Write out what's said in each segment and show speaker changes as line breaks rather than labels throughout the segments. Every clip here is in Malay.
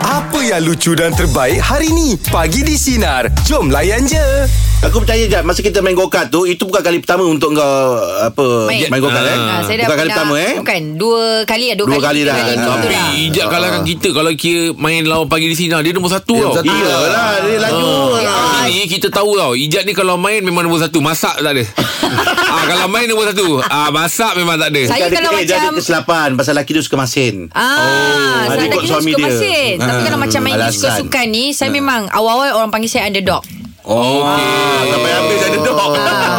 Apa yang lucu dan terbaik hari ni? Pagi di Sinar. Jom layan je.
Aku percaya je masa kita main go-kart tu itu bukan kali pertama untuk kau apa
Main.
main, main go-kart eh.
Ah, saya dah
bukan kali
pernah-
pertama eh.
Bukan Dua kali lah Dua,
Dua kali
tiga
dah.
ah,
macam tu
Tapi
lah.
Ijak kalahkan kita Kalau kira main lawan pagi di sini ah, Dia nombor satu tau
Satu Iyalah dia laju. lah.
Ah, Ini kita tahu tau Ijat ni kalau main memang nombor satu Masak tak ada ah, Kalau main nombor satu ah, Masak memang tak ada
Dia
Saya
ada-
kalau
eh, dia ada
macam-
kesilapan pasal lelaki dia suka masin.
Ah, oh,
adik
sebab
kot
lagi
suami
suka
dia.
masin. Tapi
Ah,
kalau macam main
alasan.
suka-suka ni, saya memang awal-awal orang panggil saya underdog.
Oh, ah, sampai habis ada dok.
Ah,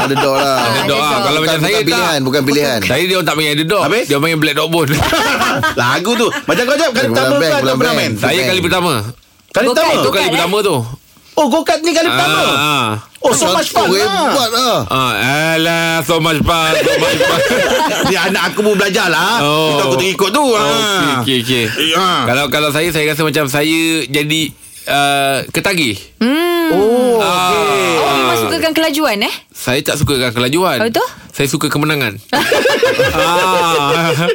Ada dog
Ah,
lah
Underdog ah.
underdog.
Kalau
bukan,
macam saya
bukan pilihan
tak
Bukan pilihan
Saya dia orang tak main underdog
Habis?
Dia main black dog bone
Lagu tu. Macam kau jap kali
Bulan blank,
pertama kan
bulan
kau pernah
blank.
main.
Saya kali pertama
Kali
Go-kart,
pertama.
Tu
go-kart.
kali
eh?
pertama tu
Oh, go-kart ni kali pertama.
ah,
Oh, so much fun.
Rebat
lah.
lah
ah. Alah So much fun So much fun
Ni anak aku pun belajar lah.
Oh.
Itu aku terikut tu.
Oh,
Ah.
Okey okey. okey.
Ah.
Kalau kalau saya saya rasa macam saya jadi uh, ketagih.
Oh,
Ah.
okey.
Awak memang sukakan kelajuan eh?
Saya tak suka ke- kelajuan.
Apa tu?
Saya suka kemenangan. ah.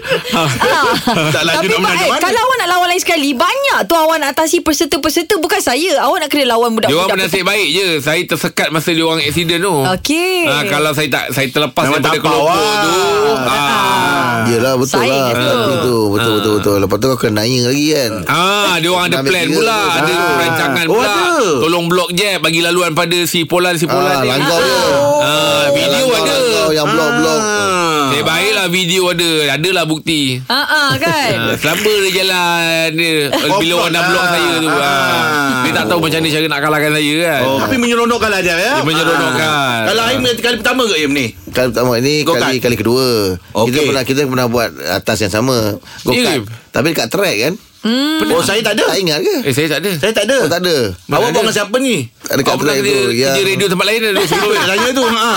Tak laju
Tapi
nak
Mak,
menang
eh,
mana?
kalau awak nak lawan lain sekali, banyak tu awak nak atasi peserta-peserta bukan saya. Awak nak kena lawan
Dia
budak-budak.
orang bernasib baik je. Saya tersekat masa dia orang aksiden tu.
Okey.
Ah, kalau saya tak saya terlepas
Memang
daripada
tak apa,
kelompok
awak.
tu. Ah.
Yelah betul
Saing
lah
tu.
Tapi tu Betul betul betul Lepas tu kau kena naya lagi kan
Ah, dia orang ada
Ambil
plan
kira
pula,
tu.
ada
Ah.
perancangan
Oh,
pula.
ada.
Tolong blok je bagi laluan pada si Polan si Polan
Ah,
ni.
Langgau dia
Ah, video
Langgau,
ada.
langgau
Ah.
Yang blok-blok
Saya baiklah video ada Adalah bukti
Ah, ah, kan?
Ha, selamba dia jalan dia, Bila orang dah
lah.
blok saya tu ha.
Ah.
Dia tak tahu macam mana cara nak kalahkan saya kan
Oh, tapi menyeronokkan lah dia ya.
Dia menyeronokkan.
Ah. Kalau Aim kali pertama ke Aim ni?
Kali pertama ni
Go-kart.
kali kali kedua. Kita
Okey.
pernah kita pernah buat atas yang sama. Go
Ya
kart.
ke?
Tapi dekat track kan?
Oh, saya tak ada.
Tak ingat ke?
Eh saya tak ada
Saya tak ada.
Oh, tak ada.
ada.
Awak buat dengan siapa ni?
Dekat
Awak pernah
track
kerja,
tu. ya.
kerja
yang-
radio tempat lain ada
Sebelum
sebelum
tanya tu. Ha.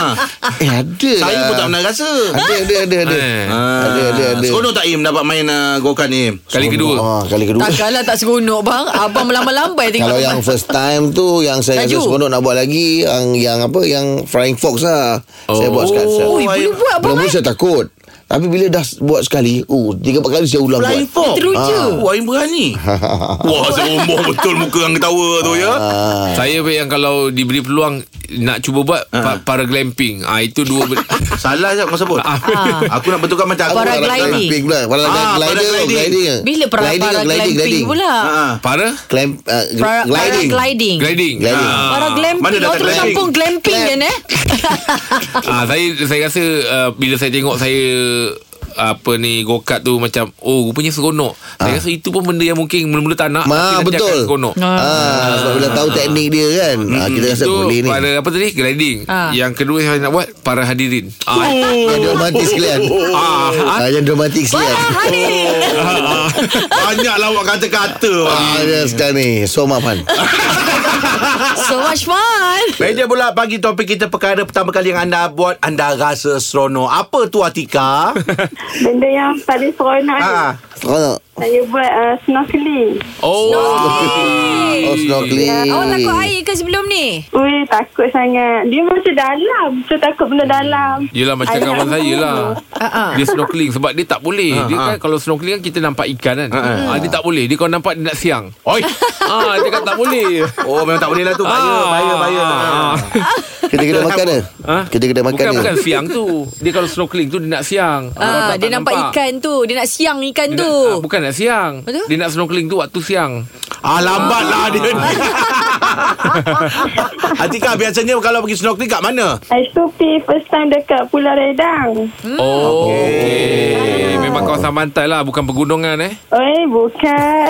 Eh ada.
Saya
lah.
pun tak pernah rasa. Ah.
Ada ada ada ada.
Eh.
Ada ada ada.
Seronok tak Im dapat main uh, go-kart ni? Im?
Kali kedua
Ah, kali kedua.
Takkanlah tak seronok bang. Abang melambai-lambai tengok.
Kalau yang first time tu Yang saya rasa
Laju.
seronok nak buat lagi Yang yang apa Yang Flying Fox lah oh. Saya buat sekali
Ui,
Oh,
boleh
I-
buat abang.
Mula-mula
eh?
saya takut Tapi bila dah buat sekali uh, Tiga empat kali saya ulang
Flying
buat
Fox.
Teruja.
Ah. Wah, Aim berani. Wah, serombong betul muka yang ketawa tu ya.
Ah.
Saya pun yang kalau diberi peluang Nak cuba buat
Ha.
pa- Paraglamping ah, Itu dua benda
Salah je kau sebut. Aku nak betulkan macam aku.
Para
nak-
gliding.
pula Para
Ah,
glider
paragliding.
gliding.
Bila para
Gliding,
para
gliding,
glamping
gliding.
pula.
Ah.
Para
Clamp, uh,
Para para
gliding.
gliding.
Gliding
Gliding.
Ah.
Para
Mana
glamping.
datang
Awak terus
gliding?
sambung glamping kan eh?
Ah saya saya rasa uh, bila saya tengok saya apa ni go-kart tu macam oh rupanya seronok. Saya rasa itu pun benda yang mungkin mula-mula tak nak
Ah. Ma,
tapi nanti akan
betul.
seronok.
Ah, sebab bila tahu teknik dia kan. Ah, kita rasa
itu
boleh ni.
pada apa tadi gliding.
Ah.
Yang kedua saya nak buat para hadirin. Ah,
Yang dramatik sekalian.
ah, ah.
Ah, yang dramatik sekalian.
Banyak lawak kata-kata.
Ah,
wah.
dia sekarang ni. So maafan.
Ah. So much fun.
Meja pula bagi topik kita perkara pertama kali yang anda buat anda rasa seronok. Apa tu Atika?
Benda yang paling seronok ha.
ha.
Seronok.
Saya buat uh, snorkeling
Oh.
Oh, snorkeling.
Awak takut air ke sebelum ni?
Ui takut sangat Dia macam dalam Betul takut benda dalam
Yelah macam
Alah,
kawan saya lah
Ah, ah.
Dia snorkeling Sebab dia tak boleh Dia kan kalau snorkeling kan Kita nampak ikan kan ah, Dia tak boleh Dia kalau nampak dia nak siang
Oi.
ah, Dia kan tak boleh
Oh memang tak boleh lah tu. Bahaya, bahaya, bahaya.
Ah.
Kita kena makan ke?
Ha?
Kita kena makan Oh,
bukan,
ke?
bukan siang tu Dia kalau snorkeling tu Dia nak siang Kalau
Ah,
tak-
dia
tak
nampak, ikan tu. Dia nak siang ikan
Dia
tu.
nak- ah, Bukan nak siang
Betul?
Dia nak snorkeling tu Waktu siang
Ah lambat lah dia ni. Atika biasanya kalau pergi snorkeling kat mana?
Itu pergi first time dekat Pulau Redang
Oh okay. Memang kawasan pantai lah Bukan pegunungan eh
Oi bukan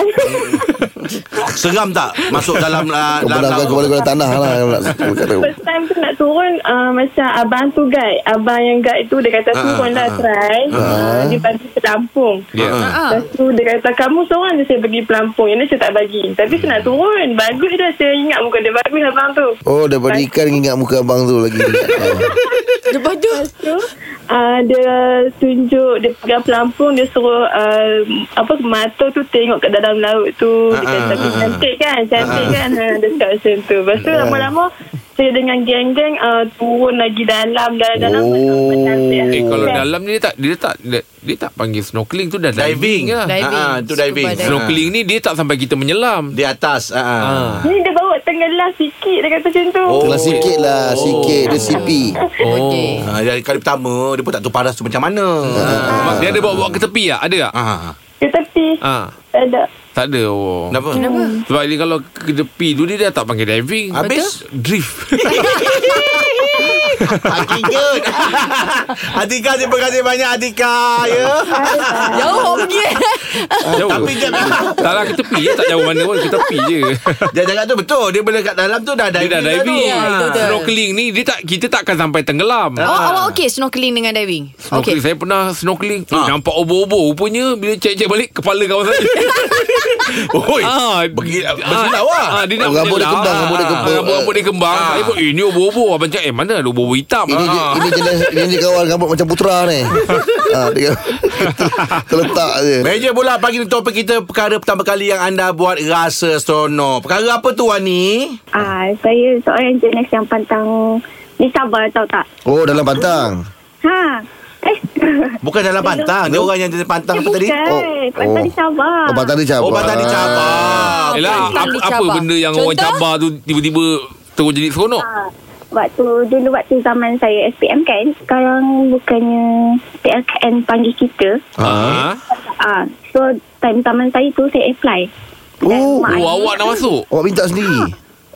Seram tak masuk dalam uh,
Kau pernah kau boleh kena tanah lah. Kau nak- kau kena-
First time tu nak turun uh, Macam abang tu guide Abang yang guide tu Dia kata turun lah try uh, Dia pergi ke Lampung
yeah.
Ah.
Lepas tu dia kata kamu seorang je saya pergi pelampung Yang lain saya tak bagi Tapi saya nak turun Bagus dah saya ingat muka dia bagus abang tu
Oh, daripada ikan ingat muka abang tu lagi. Oh.
Lepas tu.
tu uh, dia tunjuk dia pegang pelampung dia suruh uh, apa mata tu tengok kat
Ah,
dalam
Eh.
laut tu dia kata uh, cantik kan cantik uh, kan ha, dia cakap macam tu lepas tu lama-lama saya dengan geng-geng uh, turun lagi dalam dalam-dalam
Oh.
Eh kalau
Kan?
dalam ni dia tak dia tak dia, dia tak panggil snorkeling tu dah diving,
Diving.
lah.
Diving.
Ah, ah, tu diving.
Scuba diving.
Snorkeling ni dia tak sampai kita menyelam.
Di atas. Ah. ah.
Ah.
Ni dia bawa tenggelam sikit Dia kata macam tu
Telah sikit lah Sikit Dia sipi
Oh.
Okey.
Ah, dari kali pertama dia pun tak tahu paras tu macam mana.
Ah. Dia ada bawa-bawa ke tepi tak? Ada tak?
Ah. ah.
Ke tepi
Ah.
Tak ada
Tak ada. Oh.
Kenapa?
Kenapa?
Sebab dia kalau ke tepi tu dia dah tak panggil diving.
Habis?
drift.
Atika. Atika terima kasih banyak Atika ya.
Jauh awak pergi eh.
Ah. jauh.
Tapi dia
tak lah ke tepi je, tak jauh mana pun ke tepi je.
dia cakap tu betul. Dia bila kat dalam tu dah
Dia
diving.
dah
tu.
diving.
Ya, betul, betul.
Snorkeling ni dia tak kita tak akan sampai tenggelam.
Awak awak okey snorkeling dengan diving?
Snorkeling
Okey.
okay. Saya pernah snorkeling ha.
Ah.
Nampak obo-obo Rupanya Bila cek-cek balik Kepala kawan saya
Oi.
ah,
Bagi- bersilau lah.
ah, Dia nak
Oh, rambut dia
bersilau.
kembang, rambut dia kembang.
Ah, Rambut-rambut dia kembang
Ah.
Saya pun eh, Ini obo-obo Abang cakap Eh mana ada obo-obo hitam Ah.
Ini je, ini jenis ini je kawan rambut macam putera ni. ha, dia terletak je.
Meja bola pagi ni topik kita perkara pertama kali yang anda buat rasa seronok. Perkara apa tu Wani?
Ah, saya seorang jenis yang pantang ni sabar tahu tak?
Oh dalam pantang.
Ha. Eh.
Bukan dalam pantang. Dia orang yang dia pantang apa tadi?
Bukan.
Oh,
Pantang
oh.
ni sabar.
Oh pantang dia cabar.
Oh, pantang dicabar.
Yelah
Bukan
apa,
dia
apa
cabar.
benda yang orang
Contoh?
cabar tu Tiba-tiba Terus jadi seronok
Ah, Waktu dulu waktu zaman saya SPM kan Sekarang bukannya PLKN panggil kita
ah.
ah, So time zaman saya tu saya apply Dan
Oh.
Ah.
mak
Oh
ayah
awak nak masuk
Awak minta sendiri.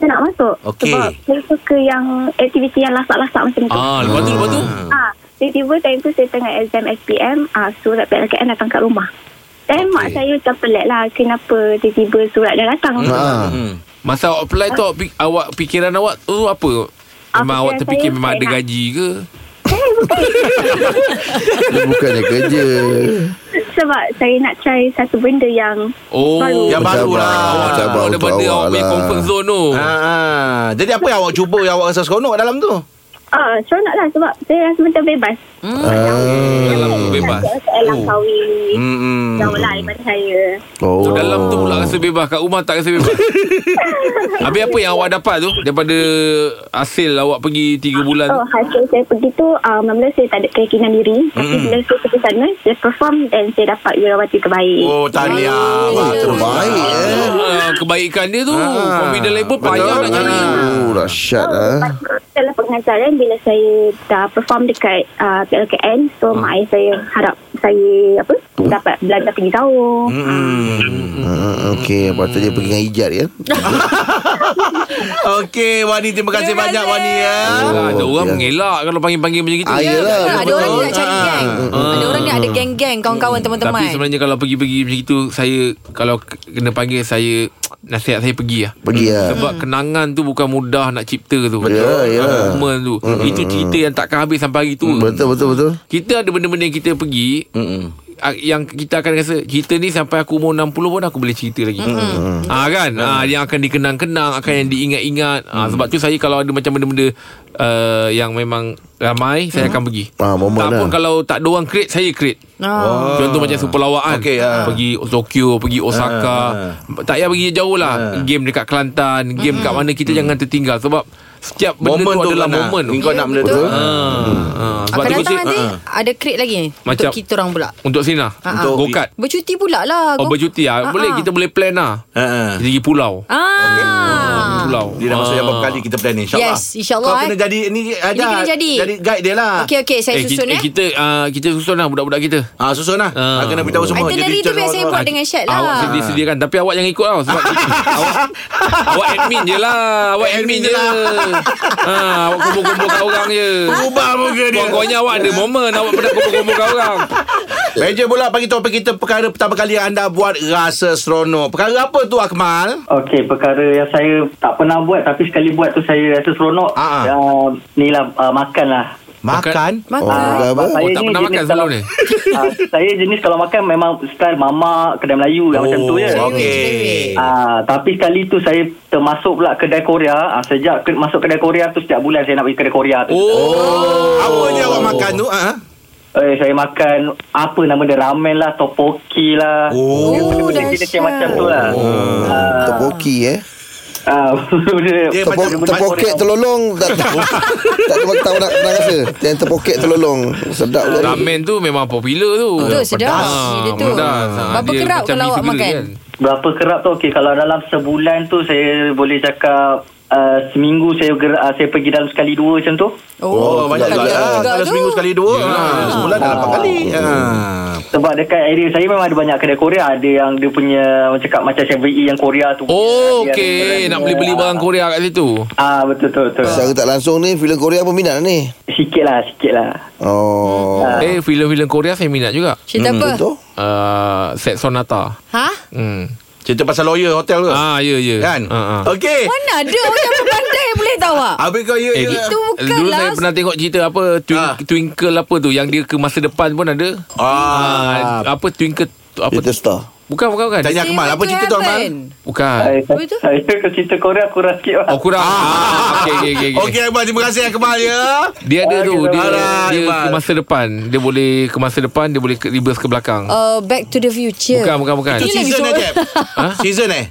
Saya nak masuk
Okey.
Sebab saya suka yang aktiviti yang lasak-lasak macam tu
Ah, lepas tu, lepas tu
Ah, tiba-tiba time tu saya tengah exam SPM, ah, surat PLKN datang kat rumah. Dan okay. mak saya macam pelik lah kenapa tiba-tiba surat dah datang.
Ah.
Ha.
Hmm.
Masa awak apply tu awak, pik- awak Pikiran awak tu apa Memang
Ah,
awak
pikiran
terfikir
saya,
Memang
saya
ada
nak-
gaji ke
Dia bukannya kerja.
Sebab saya nak try satu benda yang
Oh
Baru.
Yang baru lah.
Mencabar, mencabar
Awak
untuk
daripada
awak
awak punya
lah.
comfort zone tu
Ah, jadi apa yang awak cuba yang awak rasa seronok dalam tu?
ah, seronok lah sebab saya rasa macam bebas.
Dalam tu bebas
Saya oh. kahwin, hmm.
Hmm.
jauh lah daripada saya.
Oh.
So dalam tu pula rasa bebas Kat rumah tak rasa bebas Habis apa yang awak dapat tu Daripada Hasil awak pergi 3 bulan tu
Oh, hasil saya pergi tu, ah, mula-mula saya tak ada keyakinan diri. Tapi bila saya pergi sana, saya perform dan saya dapat wirawati terbaik.
Oh,
Oh,
tahniah. Bagus.
Terbaik eh.
Ah, Kebaikan dia tu
Ah.
Confident level
Betul.
payah nak cari
Oh dahsyat ah.
Lepas tu, Setelah pengajaran bila saya dah perform dekat uh, PLKN so mak ayah saya harap saya apa dapat belajar tinggi jauh. Ah,
Hmm.
Ha, Okey, patutnya pergi dengan ijat kan.
Okey, Wani terima kasih
Terima
banyak
kasih.
Wani ya.
Ah, Ada
Oh,
orang
ya.
mengelak Kalau panggil-panggil macam gitu
Ah, yelah.
Kan, ada
betul.
orang dia nak cari
Ah.
geng. Ada orang dia ada geng-geng kawan-kawan teman-teman.
Tapi sebenarnya kalau pergi-pergi macam itu Saya Kalau k- kena panggil saya Nasihat saya pergi lah
Pergi lah.
Sebab kenangan tu bukan mudah nak cipta tu
Ya, ya.
Ah, Momen tu Itu cerita yang takkan habis sampai hari
Mm.
tu
Betul betul betul.
Kita ada benda-benda yang kita pergi
Hmm.
ah, Yang kita akan rasa Cerita ni sampai aku umur 60 pun Aku boleh cerita lagi mm. ah, kan ah, Yang akan dikenang-kenang Akan yang diingat-ingat ah, Sebab tu saya kalau ada macam benda-benda uh, Yang memang ramai Saya akan pergi
Ah, momen
Tak
lah.
pun kalau tak ada orang create Saya create
Ah.
Ah. Contoh macam super lawaan
Okey, ah.
Pergi Tokyo Pergi Osaka Tak payah pergi jauh lah Game dekat Kelantan Game dekat mana Kita jangan tertinggal Sebab Setiap benda
Momen
tu
tu
adalah
kan,
momen
ah. Ni Kau nak benda tu.
betul.
ha. Ha. Sebab tu
Akan
kita
datang nanti ada crate lagi ni untuk
Macam-
kita orang pula.
Untuk Sina
Ah, ah.
Untuk Gokat
Bercuti pula lah.
Oh
Go-
bercuti ah.
Ah, ah.
Boleh kita boleh plan lah
Ha, ha.
Kita pergi pulau
Ah.
Pulau
Dia dah masuk yang berapa kali kita plan ni InsyaAllah
Yes, insyaAllah,
Kau kena
eh.
jadi Ni ada
kena jadi.
Jadi guide dia lah
Okey okey saya
eh, kita,
susun
eh.
eh.
kita ah, kita susun lah budak-budak kita.
Ah, susun lah
Ah.
ah. Kena beritahu semua
Itinerary tu
Jadi
biar saya
contoh-
buat dengan Syed lah.
Awak sendiri sediakan tapi awak jangan ikut tau sebab awak, awak admin je lah. Awak admin,
Admin
je.
je lah.
ha, awak kumpul-kumpulkan orang je.
Ubah muka dia
Pokoknya awak ada momen awak pernah kumpul-kumpulkan orang.
Meja bola pagi topik kita Perkara pertama kali yang anda buat Rasa seronok Perkara apa tu Akmal?
Okey, perkara yang saya tak pernah buat tapi sekali buat tu saya rasa seronok.
Ah, ah.
Uh, ni lah, uh, makan lah. Ah,
Makan
Oh,
Maka.
dah apa?
Oh, tak pernah makan sebelum ni?
uh, saya jenis kalau makan memang style mamak, kedai Melayu yang macam tu ya.
Oh, Okey
Ah, tapi sekali tu saya termasuk pula kedai Korea. Ah, sejak ke, masuk kedai Korea tu setiap bulan saya nak pergi kedai Korea tu.
Oh.
Apa je awak makan tu? Ah.
Eh, saya makan apa nama dia ramen lah, topoki lah.
Oh.
Dia benda-benda kira-kira
dahsyat.
macam tu lah.
Oh, Topoki eh.
Ah, benda-
Dia
Terpo-
macam-
terpoket terlolong tak tak tak tahu tak nak nak rasa. Yang terpoket terlolong sedap tu.
Oh, Ramen tu memang popular tu.
Betul, sedap. Dia tu.
Ah,
Berapa
dia
kerap
macam
kalau awak
beef kan? gila
makan?
Berapa kerap tu okey kalau dalam sebulan tu saya boleh cakap uh, seminggu saya gerak, uh, saya pergi dalam sekali dua macam tu.
Oh, banyak
kali
juga lah.
juga
Kalau
tu.
seminggu sekali dua, ha, sebulan dah lapan kali. Ha.
Sebab dekat area saya memang ada banyak kedai Korea ada yang dia punya macam cakap macam 7E yang Korea tu.
Oh, okey. Nak beli-beli barang Korea kat situ.
Ah betul betul betul.
Secara tak langsung ni filem Korea pun minat ni.
Sikit lah sikit lah.
Oh.
Ah.
Eh, filem-filem Korea saya minat juga.
Cerita apa?
Betul?
Uh, set Sonata.
Ha?
Eh.
Hmm.
Cerita pasal lawyer hotel ke?
Ah, ya, ya.
Kan?
Ah, ah.
Okey.
Mana ada orang yang pandai boleh tahu ah?
Habis kau ya.
Eh,
ya.
Itu bukanlah.
Dulu saya pernah tengok cerita apa twink,
Ah.
Twinkle apa tu Yang dia ke masa depan pun ada
Ah.
Ah, Apa Twinkle tu- apa
Kita star.
Bukan bukan bukan
Tanya Akmal, apa cerita tu Akmal?
Bukan
Saya,
Apa itu?
saya kalau cerita Korea kurang sikit lah.
Oh kurang ah. okay, okay, okay, okay.
Okey, Akmal. Terima kasih, Akmal, ya.
Dia ada
Ah,
tu
kita
Dia,
marah,
dia
Akmal.
ke masa depan Dia boleh ke masa depan Dia boleh ke, reverse ke belakang
Uh, back to the future.
Bukan bukan bukan
Ini
Itu
lagi
season eh,
soal.
Jeb? Season eh?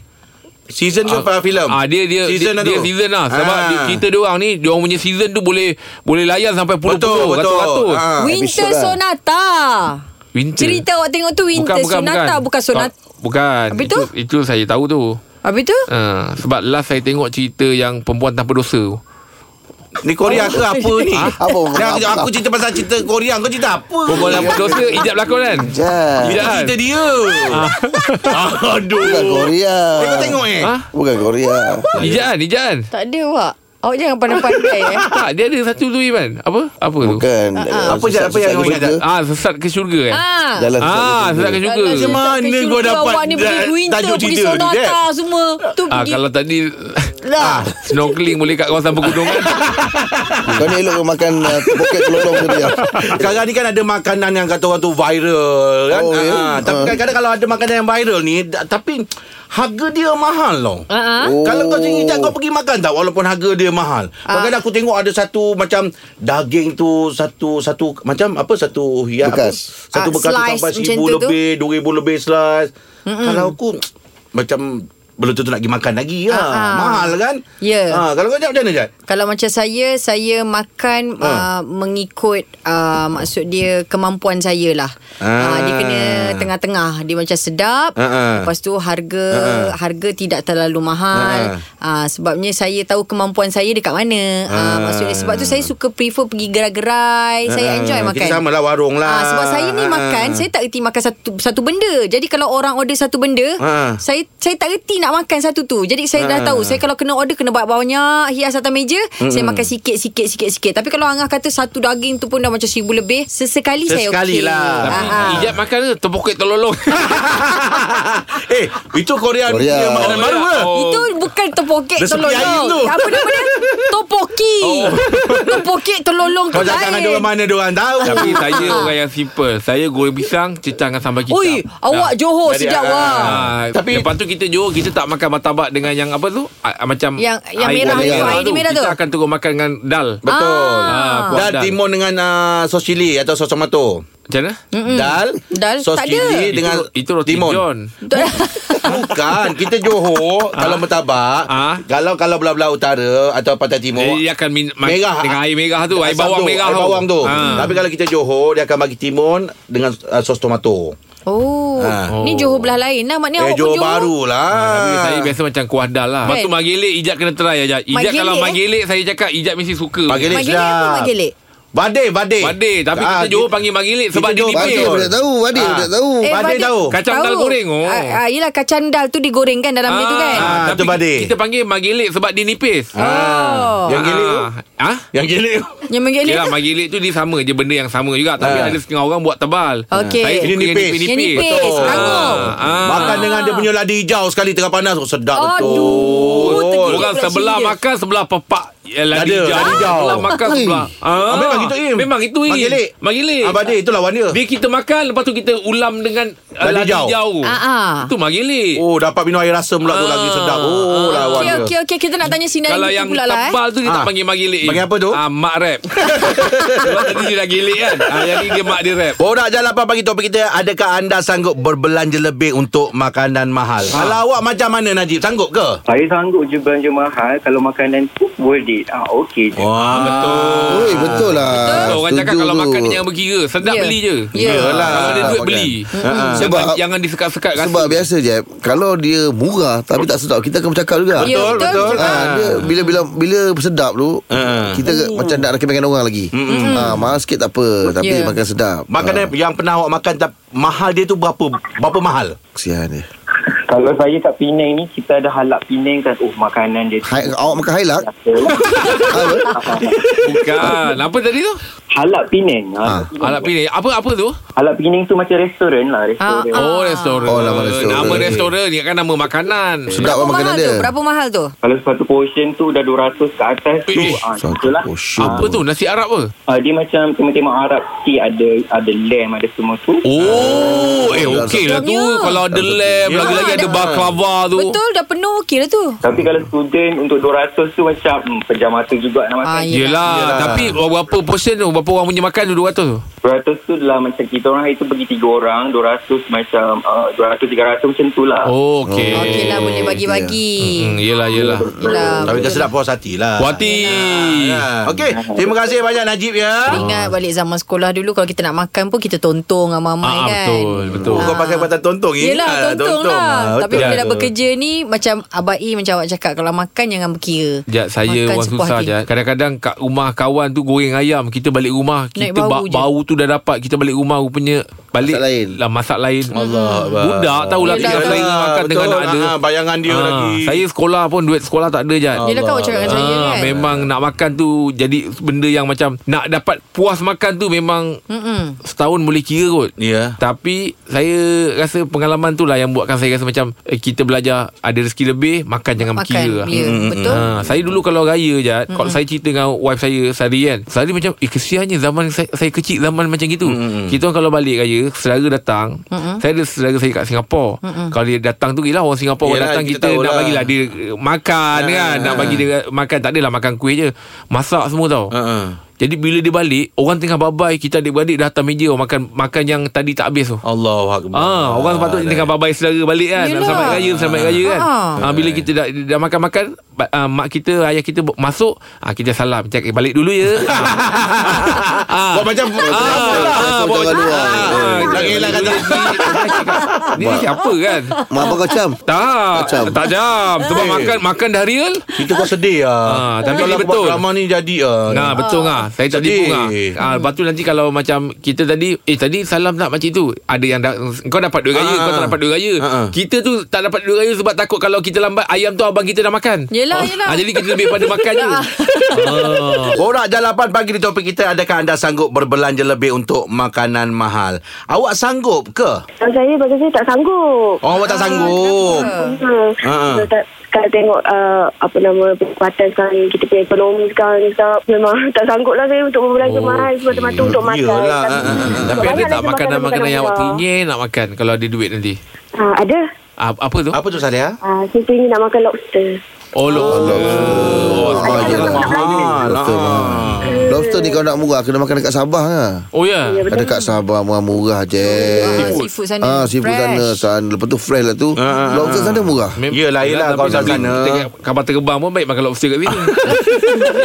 Season ke pada filem?
Ha? Ah dia dia
season
dia,
lah
dia
tu.
season lah sebab
Ah.
dia, kita dia orang ni dia orang punya season tu boleh boleh layan sampai
Betul,
puluh-puluh
betul.
ratus-ratus.
Ha.
Winter
episode lah.
Sonata.
Winter.
Cerita awak tengok tu Winter Sonata bukan, Sonata.
Tak, Ah, bukan.
Habis
itu,
tu?
itu saya tahu tu.
Habis tu?
Uh, sebab last saya tengok cerita yang perempuan tanpa dosa tu.
Ni Korea ke apa ni?
Ha?
Apa?
Dah, aku,
Apa?
aku cerita pasal cerita Korea. Kau cerita apa?
Perempuan tanpa dosa ijab lakon kan?
Jan.
Itu
Ijab kan?
cerita dia.
Ah.
Aduh.
Bukan Korea.
Eh, kau tengok eh.
Ha?
Bukan Korea.
Ijab kan? Ijab kan?
Tak ada awak. Awak jangan pandai-pandai eh.
Tak, dia ada satu tu Iman. Apa? Apa tu?
Bukan.
Ah, Apa, Jad? Apa yang kau ingat, Jad?
Ah, sesat ke syurga kan?
Ah.
Jalan
Ah, sesat ke
sesat
syurga.
Macam
mana
mana
kau
kau
dapat
dapat Awak ni pergi
da-
winter
tajuk
Pergi
cerita ni,
sonata
Jeb?
semua Tu
Ah,
pergi
kalau Ah. tadi
lah
snorkeling boleh kat kawasan pegunungan.
Kau ni elok kau makan ah, terpoket terlolong tadi. ah.
Sekarang ni kan ada makanan yang kata orang tu viral kan.
Oh, ya?
Ah, Tapi
Ah.
kadang-kadang kalau ada makanan yang viral ni da- tapi harga dia mahal loh.
Ah, ah.
Oh.
Kalau kau sendiri tak kau pergi makan tak walaupun harga dia mahal.
Ah.
Kadang-kadang aku tengok ada satu macam daging tu satu satu macam apa satu ya
Bekas.
apa satu
Ah,
bekas tu
slice
sampai
macam
1000
tu tu.
lebih, 2000 lebih slice. Kalau aku macam belum tentu nak pergi makan lagi lah.
Ah, ah.
Mahal kan?
Ya.
Ah, kalau kau jawab macam mana Jad?
Kalau macam saya Saya makan
Ha.
uh, Mengikut uh, Maksud dia Kemampuan saya lah
Ah.
uh, Dia kena Tengah-tengah Dia macam sedap
Ah, ah.
Lepas tu harga
Ha,
Harga tidak terlalu mahal uh, Sebabnya saya tahu Kemampuan saya dekat mana uh,
Ah.
Maksudnya Sebab tu saya suka prefer Pergi gerai-gerai Saya enjoy makan
Ha, Kita sama lah warung lah.
Ah, sebab saya ni
Ah,
makan,
ah.
saya tak erti makan satu satu benda. Jadi kalau orang order satu benda,
Ah.
saya saya tak erti nak makan satu tu. Jadi saya
Ha.
dah tahu, saya kalau kena order kena buat banyak hias atas meja, saya makan sikit sikit sikit sikit. Tapi kalau Angah kata satu daging tu pun dah macam seribu lebih, sesekali, saya
Sesekali
okey.
lah.
Ah, ah.
Ijab makan tu terpoket terlolong.
eh, itu Korea,
Korea.
Korea. makanan
Oh,
baru
ya.
lah.
Oh.
Itu bukan terpoket
Resepi air
terlolong.
tu.
Apa nama dia? Topoki. Oh. Topoki terlolong tu
Kau cakap dengan
lain.
diorang mana diorang tahu.
Ah.
Tapi saya orang yang simple. Saya goreng pisang, cecah dengan sambal kicap.
Ui, awak Johor
Dari-
sejak
ah.
wah.
Ah,
Tapi-
tapi lepas tu kita Johor kita tak makan martabak dengan yang apa tu? Ah, macam
Yang- yang merah
tu,
air dia merah tu.
Kita akan turun makan dengan dal.
Betul.
Ah, kuah
Dal timun dengan uh, sos cili atau sos tomato.
Macam mana?
Dal,
Dal,
sos
tak ada.
cili dengan
itu, itu roti
timun.
john.
Bukan, kita Johor kalau mertabak,
Ah.
kalau kalau belah-belah utara atau pantai timur.
Jadi dia akan min, ma-
Merah.
dengan air merah tu, air
asam
bawang merah
air bawang tu.
Ah.
Tapi kalau kita Johor dia akan bagi timun dengan uh, sos tomato.
Oh,
Ah.
ni Johor belah lain lah. Maknanya
eh
awak pun
Johor
Johor.
barulah.
Ah, Tapi saya biasa macam kuah dal lah. Lepas tu
Kan?
magelik Ijat kena try Ijat. Ijat
Margelik,
kalau
eh?
magelik saya cakap Ijat mesti suka.
Magelik
Magelik apa
sedap.
magelik?
Badai, badai.
Badai. Tapi kita Johor panggil magelik sebab dia
Badai
nipis.
pun tak tahu. Badai pun
Ah.
tak tahu.
Eh, Badai tahu.
Kacang dal goreng, oh.
Ah, ah, yelah kacang dal tu digoreng kan dalam dia tu kan.
Ah,
tapi
tu badai.
Kita panggil magelik sebab dia nipis.
Oh.
Yang gelik tu?
Ah?
Ah. Yang gelik tu?
Yang menggelik.
Yelah magelik tu dia sama je benda yang sama juga tapi
Ah.
ada setengah orang buat tebal.
Okey.
Saya
Ini
suka yang
nipis.
Yang
nipis-nipis.
nipis.
Betul.
Rangup.
Ah.
Makan dengan dia punya lada hijau sekali tengah panas. Oh, sedap betul.
Aduh, tergigit
Orang
pula
sebelah
sini dia.
makan sebelah pepak eh,
Lada,
ladi hijau.
lada hijau.
Sebelah makan
Ai.
sebelah.
Ah, memang gitu, Im.
Memang gitu Im.
Magelik.
Magelik.
Ah, badai, itulah warna.
Dia kita makan lepas tu kita ulam dengan uh, ladi
hijau.
hijau. jauh.
Ah, ah.
Itu magilik.
Oh dapat minum air asam pula tu
Ah.
lagi sedap. Oh lah
Okey,
dia.
okey, okey. Kita nak tanya sinar
Kalau
ini
yang
pula lah eh.
tebal tu dia
Ah.
tak panggil magilik.
Panggil apa tu?
Ah, mak rap. Sebab tadi dia dah gilik kan. Ah, jadi dia mak dia rap.
Borak jalan apa bagi topik kita Adakah anda sanggup berbelanja lebih Untuk makanan mahal ha. Kalau awak macam mana Najib Sanggup ke?
Saya sanggup je belanja mahal kalau makanan tu worth it. Ah, okey
Oh.
je.
Wah
Betul.
Oi, betul lah.
So, orang
Setuju
cakap kalau
tu.
makan ni jangan berkira. Sedap
Ya.
beli je.
Ya.
Yalah. Kalau ada duit
Makan. Ha,
beli. Jangan,
Sebab-
jangan disekat-sekat rasa.
Sebab biasa je Kalau dia murah Tapi tak sedap Kita akan bercakap juga
Ya, betul, betul.
Ha,
Ah,
dia bila bila bila sedap tu
Ha.
kita macam nak recommend orang lagi.
Hmm,
Ha, mahal sikit tak apa tapi
Hmm. Ya.
makan sedap.
Makanan
ha,
yang pernah awak makan tap- Mahal dia tu berapa Berapa mahal?
kesian dia.
Kalau saya kat Penang ni kita ada halak Penang kan. Oh makanan dia tu.
Hai, awak makan hailak? Apa?
Bukan. Ah, Apa tadi tu?
halak Penang.
Ah.
Halak Penang.
Alat pilih. Apa-apa tu?
Halak Penang tu macam restoran lah. Restoran.
Ah, ah.
Oh, restoran.
Oh, nama restoran.
Nama restoran. Ni kan nama makanan.
Berapa
Sedap lah makanan
mahal
dia.
tu? Berapa mahal tu?
Kalau satu portion tu dah 200 ke atas tu.
Eh,
Ah,
lah.
Satu oh,
itulah.
portion.
Apa tu? Nasi Arab ke?
Ah, dia macam tema-tema Arab sikit ada ada lamb ada semua tu.
Oh, eh okey lah tu.
sedapnya.
Kalau ada lem,
Ya.
lagi-lagi ada baklava tu.
Ya. Betul, dah penuh okey lah tu.
Tapi kalau student untuk 200 tu macam hmm, pejam mata juga nak makan.
Ah, ya.
Yelah, Tapi berapa portion tu? Berapa orang punya makan tu? 200 tu?
200 tu lah macam kita orang hari tu pergi tiga orang, 200 macam uh, 200 300 macam tu lah.
Oh, okey.
Okey lah, boleh bagi-bagi.
Hmm, yelah, yelah.
Yelah.
Tapi dia sedap puas hati
Ah,
lah
Wati.
ya.
Ha. Okey, terima kasih banyak Najib ya.
Ingat balik zaman sekolah dulu Kalau kita nak makan pun Kita tontong dengan mamai
Ah, ah,
kan
betul, betul.
Oh, kau pakai patah tontong ingat
Yelah tontong lah
Ha,
Tapi
Ah, betul.
bila
Ya,
dah
ah, betul.
bekerja ni Macam Abang E macam awak cakap Kalau makan jangan berkira
Jat, saya
Makan
orang
sepuas
susah
hati.
Jat. Kadang-kadang kat rumah kawan tu goreng ayam. Kita balik rumah,
Naik
kita bau,
bau
ba-
je.
bau tu dah dapat. Kita balik rumah rupanya balik
Masak lain.
Lah, masak lain.
Allah Akbar.
Budak tahulah
Yelah,
kita
yelah,
sering makan
betul.
dengan anak ada.
Ah, ah, bayangan dia lagi.
Saya sekolah pun duit sekolah tak ada Jat.
Yelah kau cakap dengan saya
Ah,
lah kan
memang nak makan tu jadi benda yang macam nak dapat puas makan tu memang
Mm-mm.
setahun boleh kira kot.
Ya.
Tapi saya rasa pengalaman tu lah yang buatkan saya rasa macam eh, kita belajar ada rezeki lebih makan jangan
Makan
berkira. lah.
ya, Betul
Ha, saya dulu kalau raya je mm Kalau saya cerita dengan wife saya Sari kan Sari macam Eh kesiannya zaman saya, saya kecil Zaman macam gitu mm Kita orang kalau balik raya Saudara datang mm Saya ada saudara saya kat Singapura mm Kalau dia datang tu Yelah orang Singapura
Yelah,
Yelah, datang
kita
Kita, kita nak
tahulah.
bagilah dia eh, Makan kan Nak bagi dia makan Tak adalah makan kuih je Masak semua tau
Ha, ha.
Jadi bila dia balik Orang tengah babai Kita adik-beradik dah atas meja orang Makan makan yang tadi tak habis tu
Allahu akbar.
Ah, orang sepatutnya dengan babai saudara balik kan.
Yelah.
Yelah. Selamat raya, selamat raya kan.
Ah.
Ah. bila kita dah, dah makan-makan, ba- ah, mak kita, ayah kita bu- masuk, ah, kita salam. Cakap, eh, balik dulu ya. ah.
Buat macam lah.
Ah,
buat
jangan lah
macam-
luar.
Ah,
Tak
dia-
elak kata.
Dia ni siapa kan?
Mak abang kau cam.
Tak,
Macam.
tak jam. Sebab
Eh.
makan makan dah real.
Kita kau sedih ah.
Ah, tapi ni
Kalau aku buat
betul.
drama ni jadi ah.
Nah betul ngah Saya tak
Sedih.
tipu ngah ah, Lepas tu nanti kalau macam Kita tadi Eh tadi salam tak macam tu Ada yang da- Kau dapat duit raya
Ah,
Kau
ah.
tak dapat duit raya
Ah, ah.
Kita tu tak dapat duit raya Sebab takut kalau kita lambat Ayam tu abang kita dah makan
Yelah, yelah.
ah, Jadi kita lebih pada makan je ah.
Borak jalapan pagi di topik kita Adakah anda sanggup berbelanja lebih untuk makanan mahal Awak sanggup ke?
Kalau saya bagi saya tak sanggup.
Oh, awak
Ah,
tak sanggup
Hmm.
Ah.
So, tak, kalau tengok uh, apa nama perkhidmatan sekarang ni, kita punya ekonomi sekarang ni sebab memang tak sanggup lah saya untuk berbelanja
Okey.
oh, mahal semata-mata untuk makan.
Yelah,
Tapi-
ah, ah, ah.
Tapi ada
banyak
tak
lagi
makanan-makanan yang awak
murah.
teringin Nak makan Kalau ada duit nanti
Ah, ada.
ah, Apa tu?
Apa tu Salih?
Ah, saya teringin nak makan lobster.
Oh, lo-
Oh,
Ada
je.
tak
Mahal
Lobster
Ah.
mahal. Lobster ni kalau nak murah kena makan dekat Sabah lah.
Oh ya
Ya, betul.
Dekat Sabah murah-murah je.
Ah, Seafood sana
Ah, seafood
Fresh.
sana, sana. Lepas tu fresh lah tu. Lobster sana murah.
Mem-
Yelah, yelah,
tapi-
kawasan
tapi
sana.
kita ingat Kapal terbang pun baik makan lobster kat sini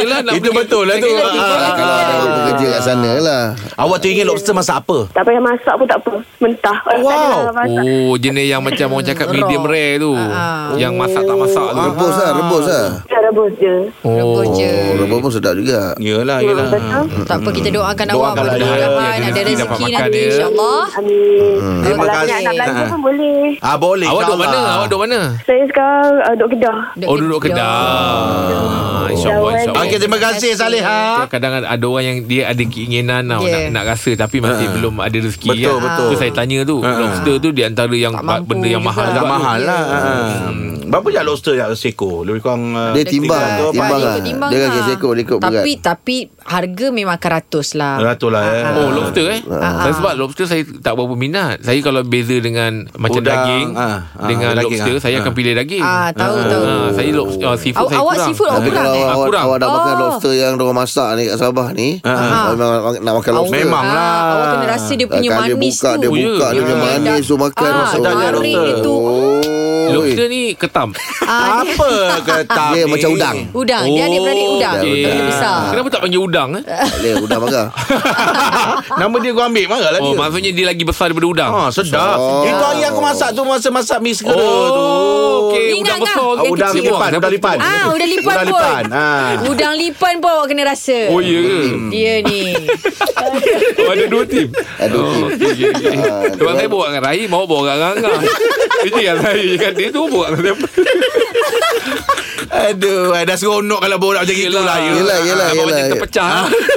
Yelah, nak
Itu
pergi-
betul lah tu
Yelah,
Ah, ah,
Kalau
ah.
ada bekerja kat sana lah.
Awak tu ingin lobster masak apa?
Tak payah masak pun tak apa. Mentah. Orang
Wow.
tak ada masak.
Oh jenis yang macam orang cakap
Raw.
medium rare tu
Ah. Oh.
Yang masak tak masak tu
Rebus lah, rebus lah.
Kita rebus je.
Rebus je
Oh, rebus pun sedap juga.
Yelah, yelah Hmm.
Betul?
Tak apa kita doakan awak
Doakan lah dia.
Mudah-mudahan
Ya,
ada
rezeki dapat
rezeki
makan
nanti
dia.
InsyaAllah
Amin.
Hmm. Terima
Kalau
kasih.
nak, nak belanja
Ah.
pun boleh.
Ah boleh
Awak duduk mana?
insyaAllah.
Awak duduk mana?
Saya sekarang uh, duduk Kedah.
Oh duduk Kedah InsyaAllah
Jawapan
insyaAllah
Okey, terima kasih Salihah
kadang ada orang yang dia ada keinginan tau
Yeah.
yeah. nak, nak rasa tapi masih belum ada rezeki
Ah. Betul,
kan.
betul. Ah.
Tu saya tanya tu, lobster tu di antara yang
Tak mampu
benda yang mahal
juga.
juga
Agak
tu.
mahal lah Ah. Berapa je lobster yang seko? Lebih kurang uh,
Dia timbang,
tiga atau
timbang
empat?
lah. Dia kan kes ekor, dia ikut
Tapi
berat.
tapi harga memang akan ratus lah.
Ratus lah eh.
Oh lobster eh
Ah.
Saya Sebab lobster saya tak berapa minat Saya kalau beza dengan Macam
Udang,
daging
ah, ah,
Dengan
daging,
lobster
ah.
Saya
Ah.
akan pilih daging
Ah, tahu,
Ah,
tahu.
Saya lobster ah, Seafood
Awak-
saya
awak
kurang
seafood awak
Tapi
kurang
kalau
eh?
Ah,
awak,
kurang.
awak dah makan
Oh.
lobster yang orang masak ni kat Sabah ni,
Ah.
awak memang nak makan
Awak-
lobster.
Memang lah.
Awak kena rasa dia punya
Kan
manis
dia buka,
tu.
Dia buka, dia
Ya.
punya
Ya.
manis tu makan.
Ah,
rasa-
sedap dia
Oh.
lobster.
tu.
Lobster ni ketam
Ah, dia-
Apa ketam
Dia
ni?
macam udang.
Udang. Ha, Dia adik beradik udang.
okey.
Dia lebih besar.
Oh, Kenapa tak panggil udang eh?
Tak boleh, udang marah.
Nama dia kau ambil marahlah
Oh
dia.
maksudnya dia lagi besar daripada udang
Ha, sedap.
Oh.
Itu hari aku masak tu masa masak mi segera tu.
Oh okey
Ni
Udang
ngah,
besar
ngah.
Ah,
yang
udang
kecil.
lipan,
Kenapa
udang
tu?
lipan.
Ah, udang lipan
Udang
pun.
lipan, ah.
Udang lipan pun awak kena rasa.
Oh ya ke
Dia ni.
Oh ada dua tim
Ada
Oh,
tim.
okey, okey, okey.
Ah,
Sebab
dia-
saya bawa dengan Rahim Awak bawa dengan Angah Itu yang saya Kan dia tu bawa dengan siapa
Aduh, eh, dah seronok kalau borak macam gitu lah. you.
Yelah, yelah,
Abang
yelah.
macam Ah, terpecah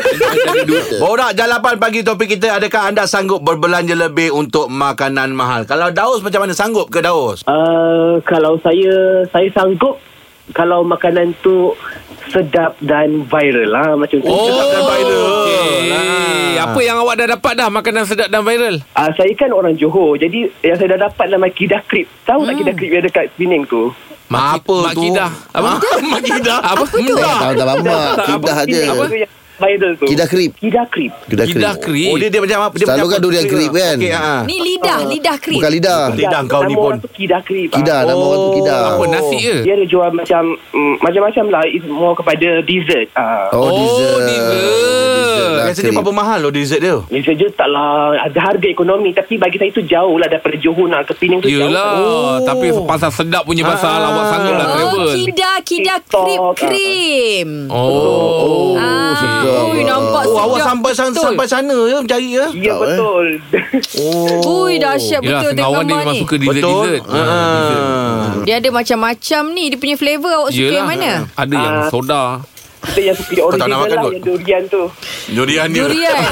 Ada dua
Borak jalapan pagi topik kita adakah anda sanggup berbelanja lebih untuk makanan mahal? Kalau Daus macam mana sanggup ke Daus?
Uh, kalau saya saya sanggup kalau makanan tu sedap dan viral lah macam tu.
Oh.
Oh,
Sedapkan viral.
okey.
Ah.
Apa yang awak dah dapat dah Makanan sedap dan viral
Uh, saya kan orang Johor. Jadi yang saya dah dapat lah Makidah Krip. Tahu tak Makidah Krip yang dekat Penang tu?
Mak-
apa
Mak
tu?
Kidah. Apa?
Ah, Mak Kidah.
Apa tu?
Tak tahu tak lama. Kidah aja.
Penang tu yang viral tu.
Kidah krip.
Kidah Krip.
Kidah kering
Oh, dia, dia macam apa? Dia
Selalu
macam
kan
apa?
durian krip kan?
Okey, ha.
Ni lidah, lidah krim.
Bukan lidah.
Lidah kau ni
Nama
pun.
orang tu Kidah Krip.
Kidah, nama orang tu kidah.
Oh, Apa nasi ke?
Ya,
Dia ada jual macam mm, macam-macam lah. It's more kepada dessert. Uh.
Oh,
Oh,
dessert.
dessert.
Dessert lah,
Biasanya
krip.
berapa mahal loh dessert dia?
Ya saja taklah ada harga ekonomi tapi bagi saya itu jauh lah daripada Johor nak ke Penang tu jauh.
Yelah oh. Tapi pasal sedap punya pasal Awak sanggup lah
Oh,
travel
kidah, kidah
TikTok,
krim,
ah.
krim. Ah.
Oh,
Oh, sedap.
Ui, nampak
Oh,
sedap.
awak sampai san-
betul.
sampai sana ya mencari ya?
Ya
Tak, eh.
betul.
Ui, dahsyat
Yelah
betul tengok
Sengawan dia
gambar
memang
ni.
suka dessert-dessert
Ha.
Dia ada macam-macam ni. Dia punya flavor awak suka yang mana?
Ada yang
Ah.
soda
Kita yang suka
tak nak
original
makan
lah
kot.
yang durian tu.
Durian dia.
Durian.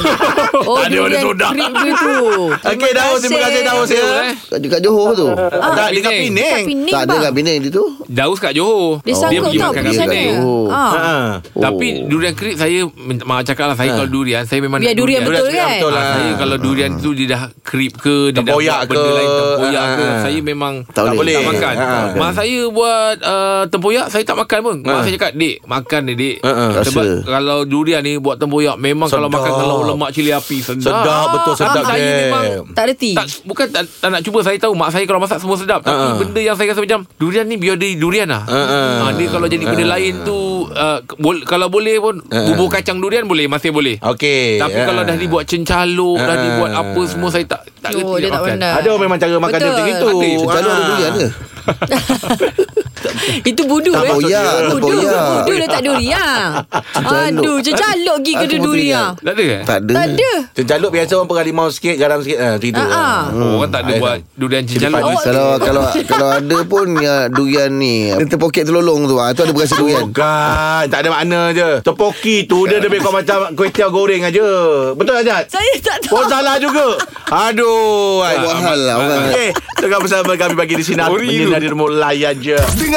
Oh,
Tak ada warna
durian
soda.
krim dia tu.
Okey Daus, terima kasih Daus ya.
Kat- Dekat Johor tu.
Ah, tak, dekat
eh? Penang.
Penang.
Tapi ni
Tak ada kat
bang.
Penang dia tu.
Daus kat Johor
Dia
Oh,
sanggup
pergi
tau
makan
pergi
kat
sana.
Penang
Oh.
Ah.
Ha.
Oh.
Tapi durian krip saya men- Mak cakap lah Saya kalau durian Saya memang
Biar
nak
durian betul
Durian
kan?
betul lah.
Ah, saya kalau durian tu dia dah krip ke dia
Tempoyak
dah buat benda
ke,
lain tempoyak ke
ah, ah.
saya memang
Tak boleh.
tak makan.
Ah, ah.
Mak saya buat uh, tempoyak saya tak makan pun. Mak
Ah.
saya cakap dek makan dek dek.
Ah, ah.
Sebab
Rasa.
kalau durian ni buat tempoyak memang kalau
Sedap.
makan kalau lemak cili api sedap.
Sedap betul
Tapi
sedap
saya
dia.
memang
Ah, Tak reti.
tak, bukan tak, tak nak cuba saya tahu mak saya kalau masak semua sedap tapi
Ah, ah.
benda yang saya rasa macam durian ni biar dia durian lah.
Ah, ah.
Ah, dia kalau jadi benda lain tu uh, bol- kalau boleh pun
Ah.
bubur kacang durian boleh masih boleh.
Okey.
Tapi
ah.
kalau dah dibuat cencaluk Dah
Ah.
dibuat apa semua Saya tak tak
Oh,
reti
dia
nak
tak
makan.
pandai.
ada orang memang cara makan dia
Betul.
macam itu.
Ada,
Calo ada durian ke?
Itu budu
Tak
eh.
boyak, tak
Budu,
boyak.
budu letak durian.
Cencaluk.
Aduh, cencaluk pergi
Aku
kedai
mau
durian.
teringat.
Tak ada eh?
Tak ada.
Tak ada.
Cencaluk biasa orang pakai limau sikit, garam sikit. Ha, macam itu.
Ah, ah.
Oh, Orang tak ada
Ah,
buat Durian cencaluk
panas.
eh?
Kalau kalau kalau ada pun ya, durian ni terpoket terlolong tu ah tu ada berasa durian.
Bukan Oh, Tak ada makna je Tepoki tu Dia lebih kau macam Kuih tiaw goreng aja Betul Azad?
Saya tak tahu.
Kau salah juga Aduh
Buat
Azad.
hal lah orang.
Okey Tengah bersama kami Bagi di sini
Ori
Menyinari
tu.
dari rumah layan je